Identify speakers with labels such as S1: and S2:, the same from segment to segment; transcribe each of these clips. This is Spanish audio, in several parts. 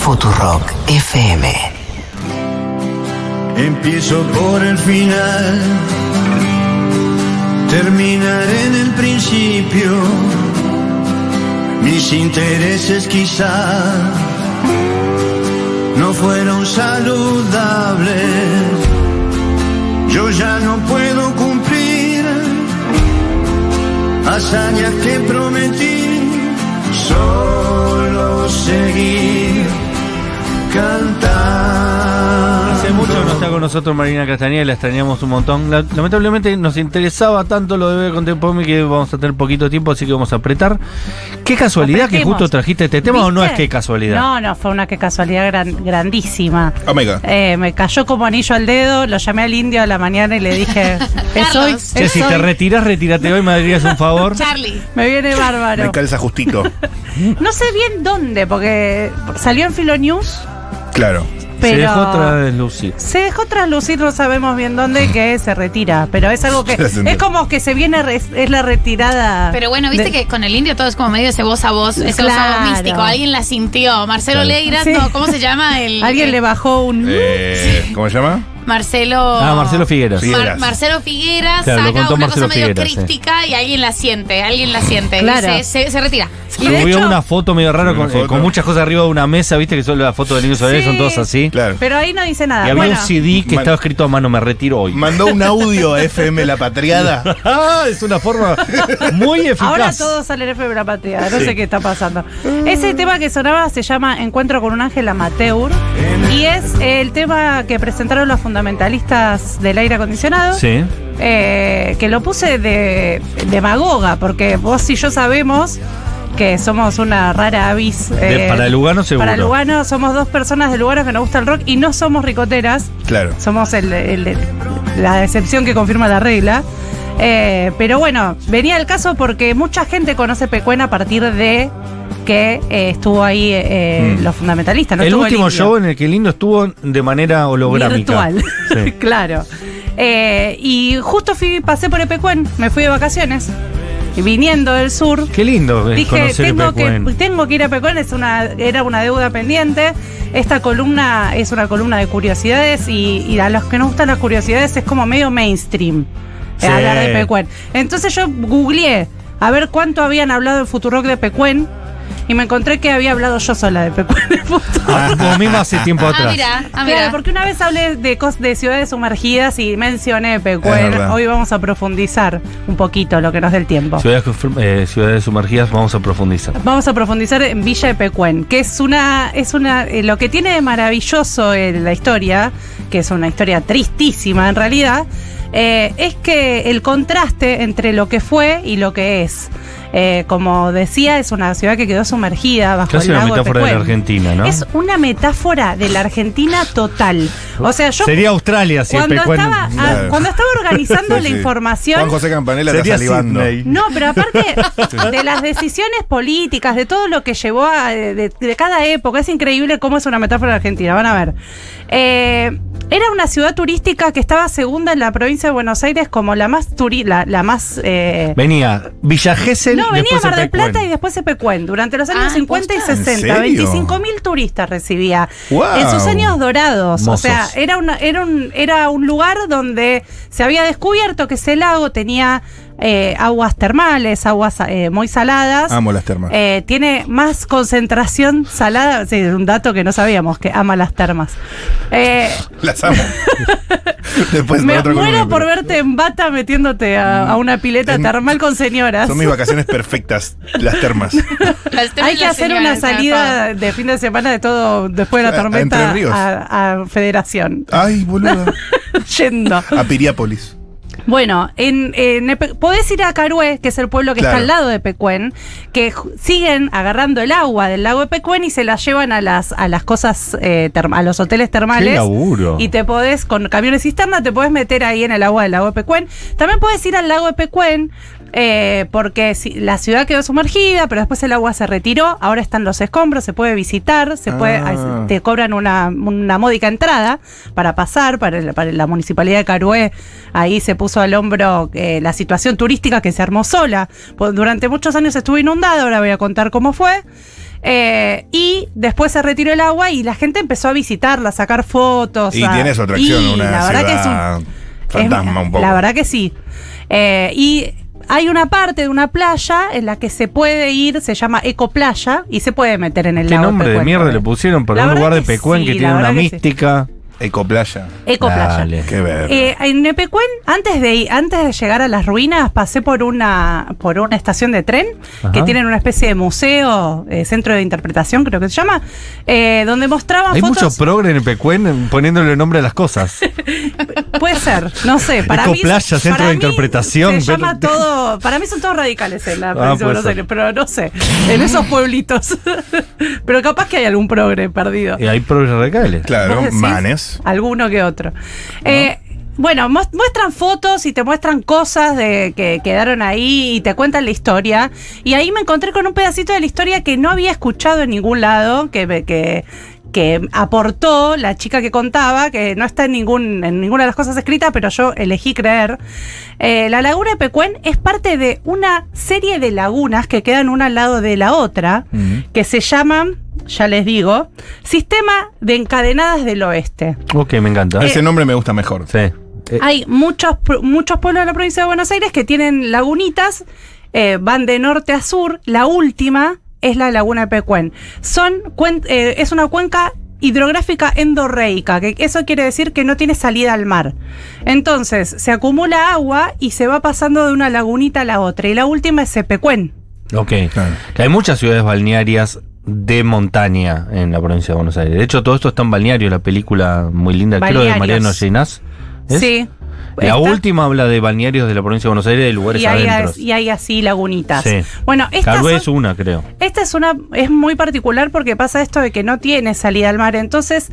S1: Futurock FM.
S2: Empiezo por el final, terminaré en el principio. Mis intereses quizá no fueron saludables. Yo ya no puedo cumplir hazañas que prometí. Solo seguir cantando.
S3: Hace mucho no está con nosotros Marina Castañeda, la extrañamos un montón. La- lamentablemente nos interesaba tanto lo de Bebe Contemporáneo que vamos a tener poquito tiempo, así que vamos a apretar. Qué casualidad que
S4: Apretemos.
S3: justo trajiste este tema o no es
S4: ¿Viste?
S3: qué casualidad.
S4: No, no, fue una que casualidad gran- grandísima.
S5: Omega.
S4: Eh, me cayó como anillo al dedo, lo llamé al indio a la mañana y le dije, es hoy,
S6: Carlos.
S3: Che,
S4: es
S3: si
S4: hoy".
S3: te retiras, retírate hoy, me harías un favor.
S6: Charlie.
S4: me viene
S5: Me
S4: bárbaro.
S5: calza justito.
S4: No sé bien dónde, porque salió en Filonews,
S5: claro.
S4: pero...
S3: Se dejó otra vez Lucy.
S4: Se dejó traslucir, no sabemos bien dónde, que se retira. Pero es algo que.
S5: Ya se
S4: Es como que se viene. re- es la retirada.
S6: Pero bueno, viste
S4: de-
S6: que con el indio todo es como medio ese voz a voz, ese voz a
S4: Claro.
S6: voz místico. Alguien la sintió. Marcelo
S3: Claro.
S6: Leira,
S4: Sí.
S6: no, ¿cómo se llama? El,
S4: Alguien
S6: el-
S4: le bajó un.
S5: Eh, ¿Cómo se llama?
S6: Marcelo.
S3: Ah, Marcelo Figueras.
S5: Sí.
S6: Mar-
S5: Figueras.
S6: Marcelo Figueras
S3: Claro, lo
S6: saca
S3: contó
S6: una
S3: Marcelo
S6: cosa medio
S3: Figueras, sí.
S6: crística y alguien la siente, alguien la siente. y
S4: Claro.
S6: se, se- se retira.
S4: Y de
S3: Subió
S4: hecho-
S3: una foto medio rara
S5: Una
S3: con, eh,
S5: foto.
S3: con muchas cosas arriba de una mesa, viste que son las fotos del niño Soler,
S4: Sí.
S3: son todos así.
S5: Claro.
S4: Pero ahí no dice
S3: Y
S4: nada.
S3: había
S4: Bueno,
S3: un CD que
S5: Man-
S3: estaba escrito a mano, me retiro hoy.
S5: Mandó un audio a FM La Patriada.
S3: Ah, es una forma muy eficaz.
S4: ahora todo sale en FM La Patria. No sé qué está pasando. Ese tema que sonaba se llama Encuentro con un ángel amateur. Y es el tema que presentaron los fundamentalistas del aire acondicionado.
S3: Sí.
S4: eh, que lo puse de demagoga, porque vos y yo sabemos que somos una rara avis.
S3: De-
S4: eh,
S3: para Lugano seguro.
S4: Para Lugano somos dos personas de Lugano que nos gusta el rock y no somos ricoteras,
S5: Claro.
S4: somos el- el- la excepción que confirma la regla. Eh, pero bueno, venía el caso porque mucha gente conoce Pecuén a partir de que eh, estuvo ahí eh, los fundamentalistas. no
S3: Mm. el
S4: estuvo
S3: último
S4: indio.
S3: show en el que Lindo estuvo de manera holográmica.
S4: Virtual.
S3: Sí.
S4: claro. Eh, y justo fui, pasé por Epecuén, me fui de vacaciones. Y viniendo del sur,
S3: Qué lindo es
S4: dije,
S3: Pues conocer
S4: tengo que,
S3: Epecuen.
S4: tengo que ir a Epecuén, es una, era una deuda pendiente. Esta columna es una columna de curiosidades y, y a los que nos gustan las curiosidades es como medio mainstream eh,
S3: Sí.
S4: hablar de Epecuén. Entonces yo googleé a ver cuánto habían hablado en Futurock de Epecuén y me encontré que había hablado yo sola de Epecuén en Futurock.
S3: Ah, vos mismo hace tiempo
S6: Ah,
S3: atrás.
S6: mira, ah, mira.
S4: Claro, porque una vez hablé de, cos- de ciudades sumergidas y mencioné
S5: Es
S4: Pecuen.
S5: verdad.
S4: Hoy vamos a profundizar un poquito lo que nos dé el tiempo.
S3: Ciudades, confirm- eh, ciudades sumergidas, vamos a profundizar.
S4: Vamos a profundizar en Villa de Pecuén, que es una, es una, eh, lo que tiene de maravilloso en la historia, que es una historia tristísima en realidad, eh, es que el contraste entre lo que fue y lo que es. Eh, como decía, es una ciudad que quedó sumergida bajo
S3: Casi
S4: el
S3: una
S4: lago de
S3: metáfora de la
S4: Pecuén.
S3: Argentina, ¿no?
S4: Es una metáfora de la Argentina total. O sea, yo
S3: Sería Australia si
S4: cuando
S3: Epecuen-
S4: estaba, ah,
S5: Claro.
S4: cuando estaba organizando
S5: Sí,
S4: la
S5: sí.
S4: información.
S5: Juan José Campanella está
S3: Sería
S5: salivando.
S3: Sydney.
S4: No, pero aparte de las decisiones políticas, de todo lo que llevó a. de, de cada época, es increíble cómo es una metáfora argentina. Van a ver. Eh, era una ciudad turística que estaba segunda en la provincia de Buenos Aires como la más turi la, la más. eh,
S3: Venía Villa Gesell,
S4: no, venía
S3: después
S4: Mar del
S3: Epecuen.
S4: Plata y después Epecuén. Durante los años
S6: Ah,
S4: 50 y
S6: ¿posta?
S4: 60,
S5: ¿En serio?
S4: 25 mil turistas recibía.
S5: Guau.
S4: En sus años dorados.
S3: Mozos.
S4: O sea, era, una- era, un, era un lugar donde se había descubierto que ese lago tenía eh, aguas termales, aguas eh, muy saladas.
S5: Amo las termas.
S4: Eh, tiene más concentración salada, sí, un dato que no sabíamos, que ama las termas. Eh,
S5: Las amo. Después
S4: me
S5: para otra
S4: muero
S5: columna,
S4: por
S5: pero
S4: verte en bata metiéndote a, a una pileta
S5: Es-
S4: termal con señoras.
S5: Son mis vacaciones perfectas, las termas.
S6: Las tres
S4: Hay
S6: de
S4: que
S6: la
S4: hacer
S6: señora,
S4: una
S6: está todo.
S4: salida de fin de semana de todo después de la
S5: A- a
S4: tormenta
S5: Entre Ríos.
S4: a- a Federación.
S5: Ay, boludo.
S4: Yendo.
S5: A Piriápolis.
S4: Bueno, en, en Epe- podés ir a Carué, que es el pueblo que está
S5: Claro.
S4: al lado de Pecuén, que ju- siguen agarrando el agua del lago de Pecuén y se la llevan a las, a las cosas, eh, term- a los hoteles termales.
S3: Qué laburo.
S4: Y te podés, con camiones cisterna, te podés meter ahí en el agua del lago de Pecuén. También podés ir al lago de Pecuén, eh, porque si- la ciudad quedó sumergida, pero después el agua se retiró, ahora están los escombros, se puede visitar, se puede,
S5: Ah.
S4: te cobran una, una módica entrada para pasar, para, el- para la municipalidad de Carué, ahí se puso al hombro eh, la situación turística que se armó sola. Por- Durante muchos años estuvo inundada, ahora voy a contar cómo fue. Eh, y después se retiró el agua y la gente empezó a visitarla, a sacar fotos.
S5: Y
S4: a-
S5: tiene su atracción,
S4: Y
S5: una
S4: la verdad que es un-
S5: ciudad
S4: es-
S5: fantasma un poco.
S4: La verdad que sí. Eh, y hay una parte de una playa en la que se puede ir, se llama Eco Playa, y se puede meter en el
S3: Qué
S4: lago
S3: nombre de
S4: Pecuén
S3: mierda le
S4: también.
S3: pusieron para
S4: La
S3: un
S4: verdad
S3: lugar de
S4: que
S3: Pecuén
S4: sí,
S3: que
S4: la
S3: tiene una
S4: verdad que sí.
S3: mística.
S5: Ecoplaya.
S4: Eco Playa.
S3: Dale.
S5: Qué ver.
S4: Eh, en Epecuén, antes de, ir- antes de llegar a las ruinas, pasé por una, por una estación de tren
S3: Ajá.
S4: que tienen una especie de museo, eh, centro de interpretación, creo que se llama, eh, donde mostraban
S3: Hay mucho
S4: fotos.
S3: progre en Pecuén eh, poniéndole nombre a las cosas.
S4: Puede ser, no sé. Para mí,
S3: Ecoplaya, centro
S4: para
S3: de
S4: mí
S3: interpretación,
S4: se llama
S3: pero-
S4: todo, para mí son todos radicales en la
S3: Ah,
S4: provincia de
S3: puede
S4: Buenos
S3: ser.
S4: Aires, pero no sé. En esos pueblitos. pero capaz que hay algún progre perdido.
S3: Y hay progres radicales.
S4: ¿Vos
S5: Claro,
S4: decís?
S5: manes.
S4: Alguno que otro. Eh, bueno, mos- muestran fotos y te muestran cosas de que quedaron ahí y te cuentan la historia. Y ahí me encontré con un pedacito de la historia que no había escuchado en ningún lado, que, me- que, que aportó la chica que contaba, que no está en, ningún, en ninguna de las cosas escritas, pero yo elegí creer. Eh, la laguna de Pecuén es parte de una serie de lagunas que quedan una al lado de la otra que se llaman, ya les digo, Sistema de Encadenadas del Oeste.
S3: Ok, me
S4: Eh,
S3: encanta.
S5: Ese nombre me gusta mejor.
S3: Sí. Eh,
S4: Hay muchos, pu- muchos pueblos de la provincia de Buenos Aires que tienen lagunitas, eh, van de norte a sur. La última es la Laguna de Pecuén. Son, cuen- eh, es una cuenca hidrográfica endorreica, que eso quiere decir que no tiene salida al mar. Entonces, se acumula agua y se va pasando de una lagunita a la otra. Y la última es Pecuén.
S3: ok.
S5: Claro.
S3: Que hay muchas ciudades balnearias de montaña en la provincia de Buenos Aires. De hecho, todo esto está en balneario, la película muy linda, creo, de Mariano
S4: Balnearios.
S3: Llenas. ¿es?
S4: Sí.
S3: La
S4: Está-
S3: última habla de balnearios de la provincia de Buenos Aires, de lugares
S4: y hay,
S3: adentro.
S4: as- y hay así lagunitas.
S3: Sí.
S4: Bueno, estas
S3: Calvé
S4: son-
S3: es una, creo.
S4: esta es una es muy particular porque pasa esto de que no tiene salida al mar. Entonces,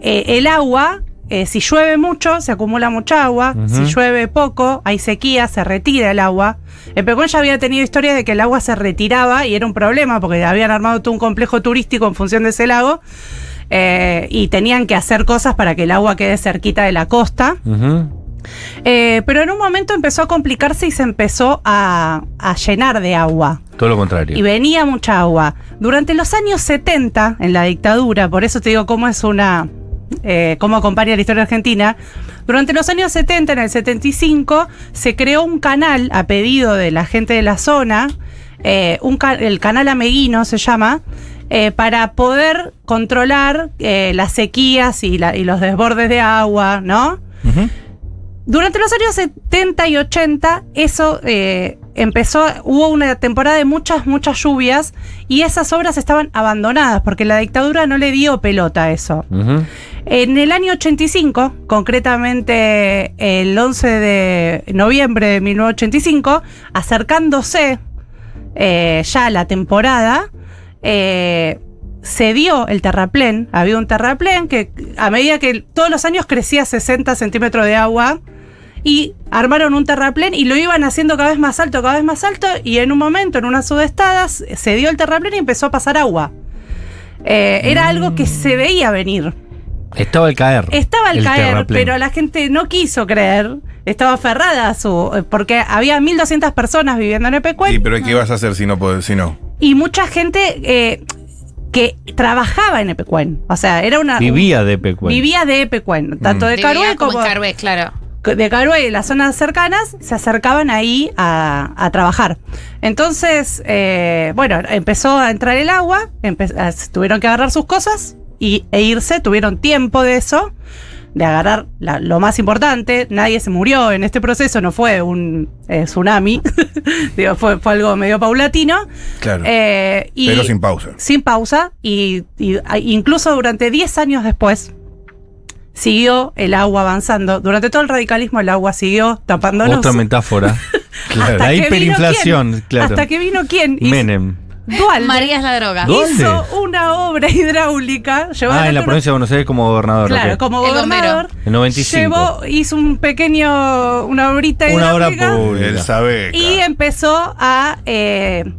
S4: eh, el agua, eh, si llueve mucho, se acumula mucha agua.
S3: Ujú.
S4: Si llueve poco, hay sequía, se retira el agua. En Pecón ya había tenido historia de que el agua se retiraba y era un problema porque habían armado todo un complejo turístico en función de ese lago. eh, y tenían que hacer cosas para que el agua quede cerquita de la costa.
S3: Ujú.
S4: Eh, pero en un momento empezó a complicarse y se empezó a, a llenar de agua.
S3: Todo lo contrario.
S4: Y venía mucha agua. Durante los años 70, en la dictadura, por eso te digo cómo es una. eh, cómo acompaña la historia argentina. Durante los años 70, en el 75, se creó un canal a pedido de la gente de la zona, eh, un ca- el canal Ameguino se llama, eh, para poder controlar eh, las sequías y, la- y los desbordes de agua, ¿no?
S5: Ujú.
S4: Durante los años 70 y 80, eso eh, empezó, hubo una temporada de muchas, muchas lluvias y esas obras estaban abandonadas porque la dictadura no le dio pelota a eso.
S3: Ujú.
S4: En el año 85, concretamente el 11 de noviembre de 1985, acercándose eh, ya la temporada, eh, se dio el terraplén. Había un terraplén que a medida que todos los años crecía 60 centímetros de agua. Y armaron un terraplén y lo iban haciendo cada vez más alto, cada vez más alto. Y en un momento, en una sudestada, se se dio el terraplén y empezó a pasar agua. Eh, era algo que se veía venir.
S3: Estaba al caer.
S4: Estaba al
S3: el
S4: caer,
S3: terraplén.
S4: pero la gente no quiso creer. Estaba aferrada a su. porque había 1.200 personas viviendo en Epecuén
S5: Sí, pero ¿qué vas a hacer si no podés, si no?
S4: y mucha gente eh, que trabajaba en Epecuén. O sea, era una.
S3: Vivía Mm. de Pecuén.
S4: vivía de Epecuén, tanto de
S6: Vivía
S4: Carué
S6: como
S4: como,
S6: en Carué, claro.
S4: de Carué y las zonas cercanas se acercaban ahí a, a trabajar. Entonces, eh, bueno, empezó a entrar el agua, empe- a- se tuvieron que agarrar sus cosas y, e irse, tuvieron tiempo de eso, de agarrar la- lo más importante, nadie se murió en este proceso, no fue un eh, tsunami, Digo, fue, fue algo medio paulatino.
S5: Claro.
S4: Eh, y-
S5: pero sin pausa.
S4: sin pausa y, y- a- incluso durante 10 años después siguió el agua avanzando. Durante todo el radicalismo el agua siguió tapándonos.
S3: Otra metáfora. Claro,
S4: Hasta
S3: la
S4: que vino
S3: hiperinflación,
S4: quién,
S3: claro.
S4: Hasta que vino quién. Hizo-
S3: Menem.
S4: Dualde
S6: María es la droga.
S3: ¿Dónde?
S4: hizo una obra hidráulica.
S3: Ah, en la provincia de Buenos Aires como gobernador.
S4: Claro,
S3: ok.
S4: como
S6: El
S4: gobernador.
S6: bombero.
S3: En 95.
S4: Llevó, hizo un pequeño, una obrita
S3: Una obra
S4: hidráulica
S3: pública.
S5: Él sabe.
S4: y empezó a eh,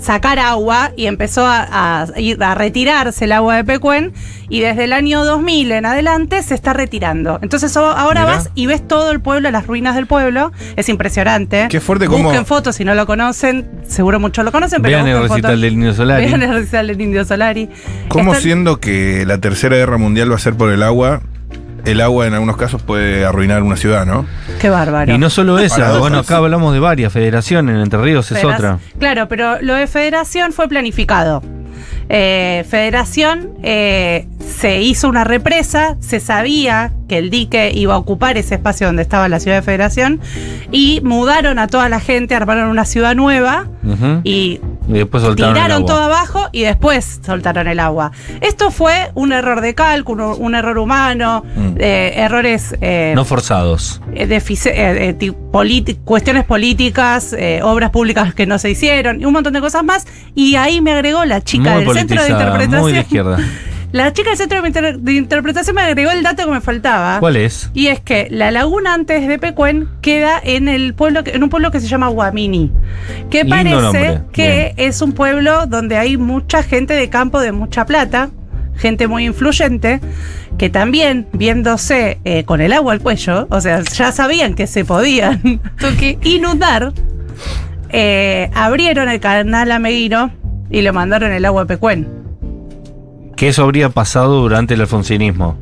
S4: sacar agua y empezó a, a ir- a retirarse el agua de Pecuén y desde el año 2000 en adelante se está retirando. Entonces o- ahora
S5: Mirá.
S4: vas y ves todo el pueblo, las ruinas del pueblo, es impresionante.
S5: Qué fuerte cómo-
S4: Busquen fotos si no lo conocen, seguro muchos lo conocen, pero
S3: Vean el
S4: busquen
S3: recital
S4: fotos.
S3: del Niño Solari.
S4: Vean el recital del Indio Solari.
S5: ¿Cómo
S4: Están-
S5: siendo que la tercera guerra mundial va a ser por el agua? El agua en algunos casos puede arruinar una ciudad, ¿no?
S4: Qué bárbaro.
S3: Y no solo esa,
S5: Paradojas.
S3: bueno, acá hablamos de varias federaciones, en Entre Ríos es
S4: Federac-
S3: otra.
S4: Claro, pero lo de federación fue planificado. Eh, federación eh, se hizo una represa, se sabía que el dique iba a ocupar ese espacio donde estaba la ciudad de Federación y mudaron a toda la gente, armaron una ciudad nueva
S3: Ujú. Y,
S4: y
S3: después soltaron. el
S4: tiraron
S3: agua.
S4: todo abajo y después soltaron el agua. Esto fue un error de cálculo, un error humano,
S5: Mm.
S4: eh, errores eh,
S3: No forzados.
S4: eh, defici- eh, eh, ti- politi- cuestiones políticas, eh, obras públicas que no se hicieron y un montón de cosas más. Y ahí me agregó la chica
S3: muy
S4: del centro de
S3: politizada,
S4: interpretación.
S3: muy de izquierda.
S4: La chica del centro de, inter- de interpretación me agregó el dato que me faltaba.
S3: ¿Cuál es?
S4: Y es que la laguna antes de Pecuén queda en el pueblo que- en un pueblo que se llama Guamini, que
S3: Lindo
S4: parece
S3: nombre,
S4: que es un pueblo donde hay mucha gente de campo de mucha plata, gente muy influyente, que también viéndose eh, con el agua al cuello, o sea, ya sabían que se podían
S6: Tuki.
S4: inundar, eh, abrieron el canal Ameguino y lo mandaron el agua a Pecuén.
S3: Que eso habría pasado durante el alfonsinismo.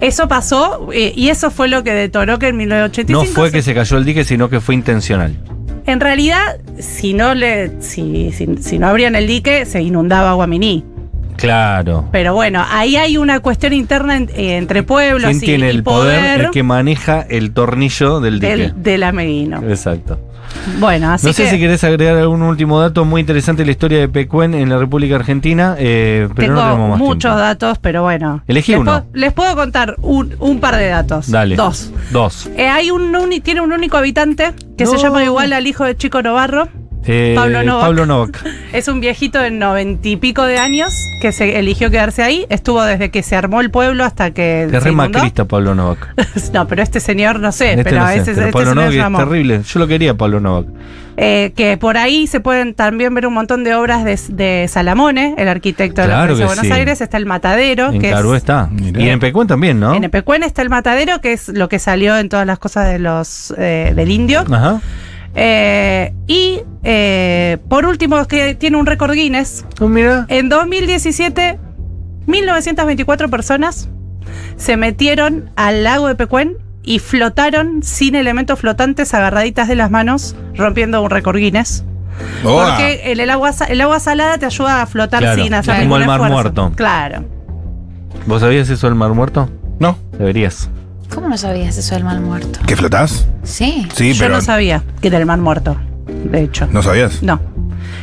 S4: Eso pasó eh, y eso fue lo que detonó que en 1985
S3: No fue
S4: se-
S3: que se cayó el dique, sino que fue intencional.
S4: En realidad, si no le, si, si- si no abrían el dique, se inundaba Guaminí.
S3: Claro.
S4: Pero bueno, ahí hay una cuestión interna en- eh, entre pueblos
S3: ¿Quién
S4: y,
S3: tiene
S4: y
S3: el poder? El que maneja el tornillo del dique.
S4: del, del Ameguino.
S3: Exacto.
S4: Bueno, así
S3: no sé
S4: que
S3: si querés agregar algún último dato muy interesante de la historia de Pecuen en la República Argentina, eh, pero no
S4: tengo
S3: tenemos más
S4: muchos
S3: tiempo.
S4: datos, pero bueno.
S3: Elegí
S4: les
S3: uno.
S4: puedo- les puedo contar un, un par de datos.
S3: Dale.
S4: Dos.
S3: Dos.
S4: Eh, hay un uni- tiene un único habitante que se
S3: No.
S4: llama igual al hijo de Chico Novarro.
S3: Eh,
S4: Pablo Novak.
S3: Pablo Novak.
S4: Es un viejito de noventa y pico de años que se eligió quedarse ahí. Estuvo desde que se armó el pueblo hasta que.
S3: Es
S4: se
S3: re
S4: inundó.
S3: macrista Pablo Novak.
S4: No, pero este señor no sé,
S3: Este
S4: pero
S3: no
S4: a
S3: sé,
S4: veces
S3: pero
S4: este
S3: Pablo
S4: señor
S3: Novak
S4: es un
S3: es
S4: amor.
S3: terrible. Yo lo quería, Pablo Novak.
S4: Eh, que por ahí se pueden también ver un montón de obras de, de Salamone, el arquitecto
S3: Claro
S4: de la provincia de
S3: que
S4: Buenos
S3: sí.
S4: Aires, está el matadero,
S3: En
S4: que
S3: Carú
S4: es
S3: está.
S5: Mirá.
S3: Y en Pecuen también, ¿no?
S4: en Epecuén está el matadero, que es lo que salió en todas las cosas de los eh, del indio.
S3: Ajá.
S4: Eh, y eh, por último, que tiene un récord Guinness.
S3: Oh, mira.
S4: En 2017, 1924 personas se metieron al lago de Pecuén y flotaron sin elementos flotantes agarraditas de las manos, rompiendo un récord Guinness.
S5: ¡Oh!
S4: Porque el, el agua, sa- el agua salada te ayuda a flotar
S3: Claro,
S4: sin hacer
S3: es como
S4: ningún
S3: el mar
S4: esfuerzo.
S3: muerto.
S4: Claro.
S3: ¿Vos sabías eso del Mar Muerto?
S5: No,
S3: Deberías.
S6: ¿Cómo no sabías eso del mal muerto?
S5: ¿que flotás?
S6: Sí.
S5: Sí,
S4: Yo
S5: pero
S4: no sabía que era el mar muerto, de hecho.
S5: ¿no sabías.
S4: No.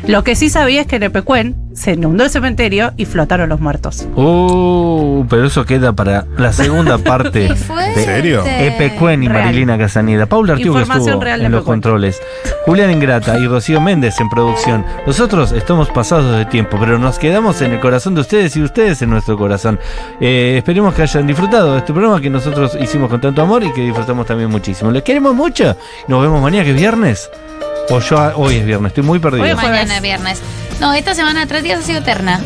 S4: Lo que sí sabía es que en Epecuén se inundó el cementerio y flotaron los muertos.
S3: Uh, pero eso queda para la segunda parte.
S6: ¿Qué fue?
S5: ¿En serio?
S3: Epecuen y
S4: Real.
S3: Marilina Casaneda. Paula Artiuga
S4: Información
S3: estuvo
S4: real de
S3: en los
S4: Epecuen.
S3: controles. Julián Ingrata y Rocío Méndez en producción. Nosotros estamos pasados de tiempo, pero nos quedamos en el corazón de ustedes y ustedes en nuestro corazón. Eh, esperemos que hayan disfrutado de este programa que nosotros hicimos con tanto amor y que disfrutamos también muchísimo. Les queremos mucho. Nos vemos mañana que es viernes. O yo a- hoy es viernes, estoy muy perdido.
S4: Hoy es
S6: Mañana
S4: jueves.
S6: viernes. No, esta semana tres días ha sido eterna.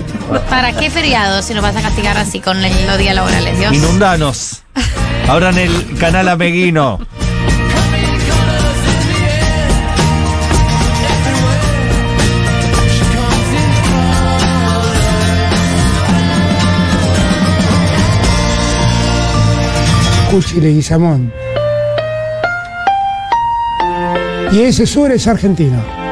S6: ¿Para qué feriado si nos vas a castigar así con el- los días laborales? Dios.
S3: Inundanos. Abran el canal Ameguino.
S7: Cuchi Leguizamón. Y ese sur es argentino.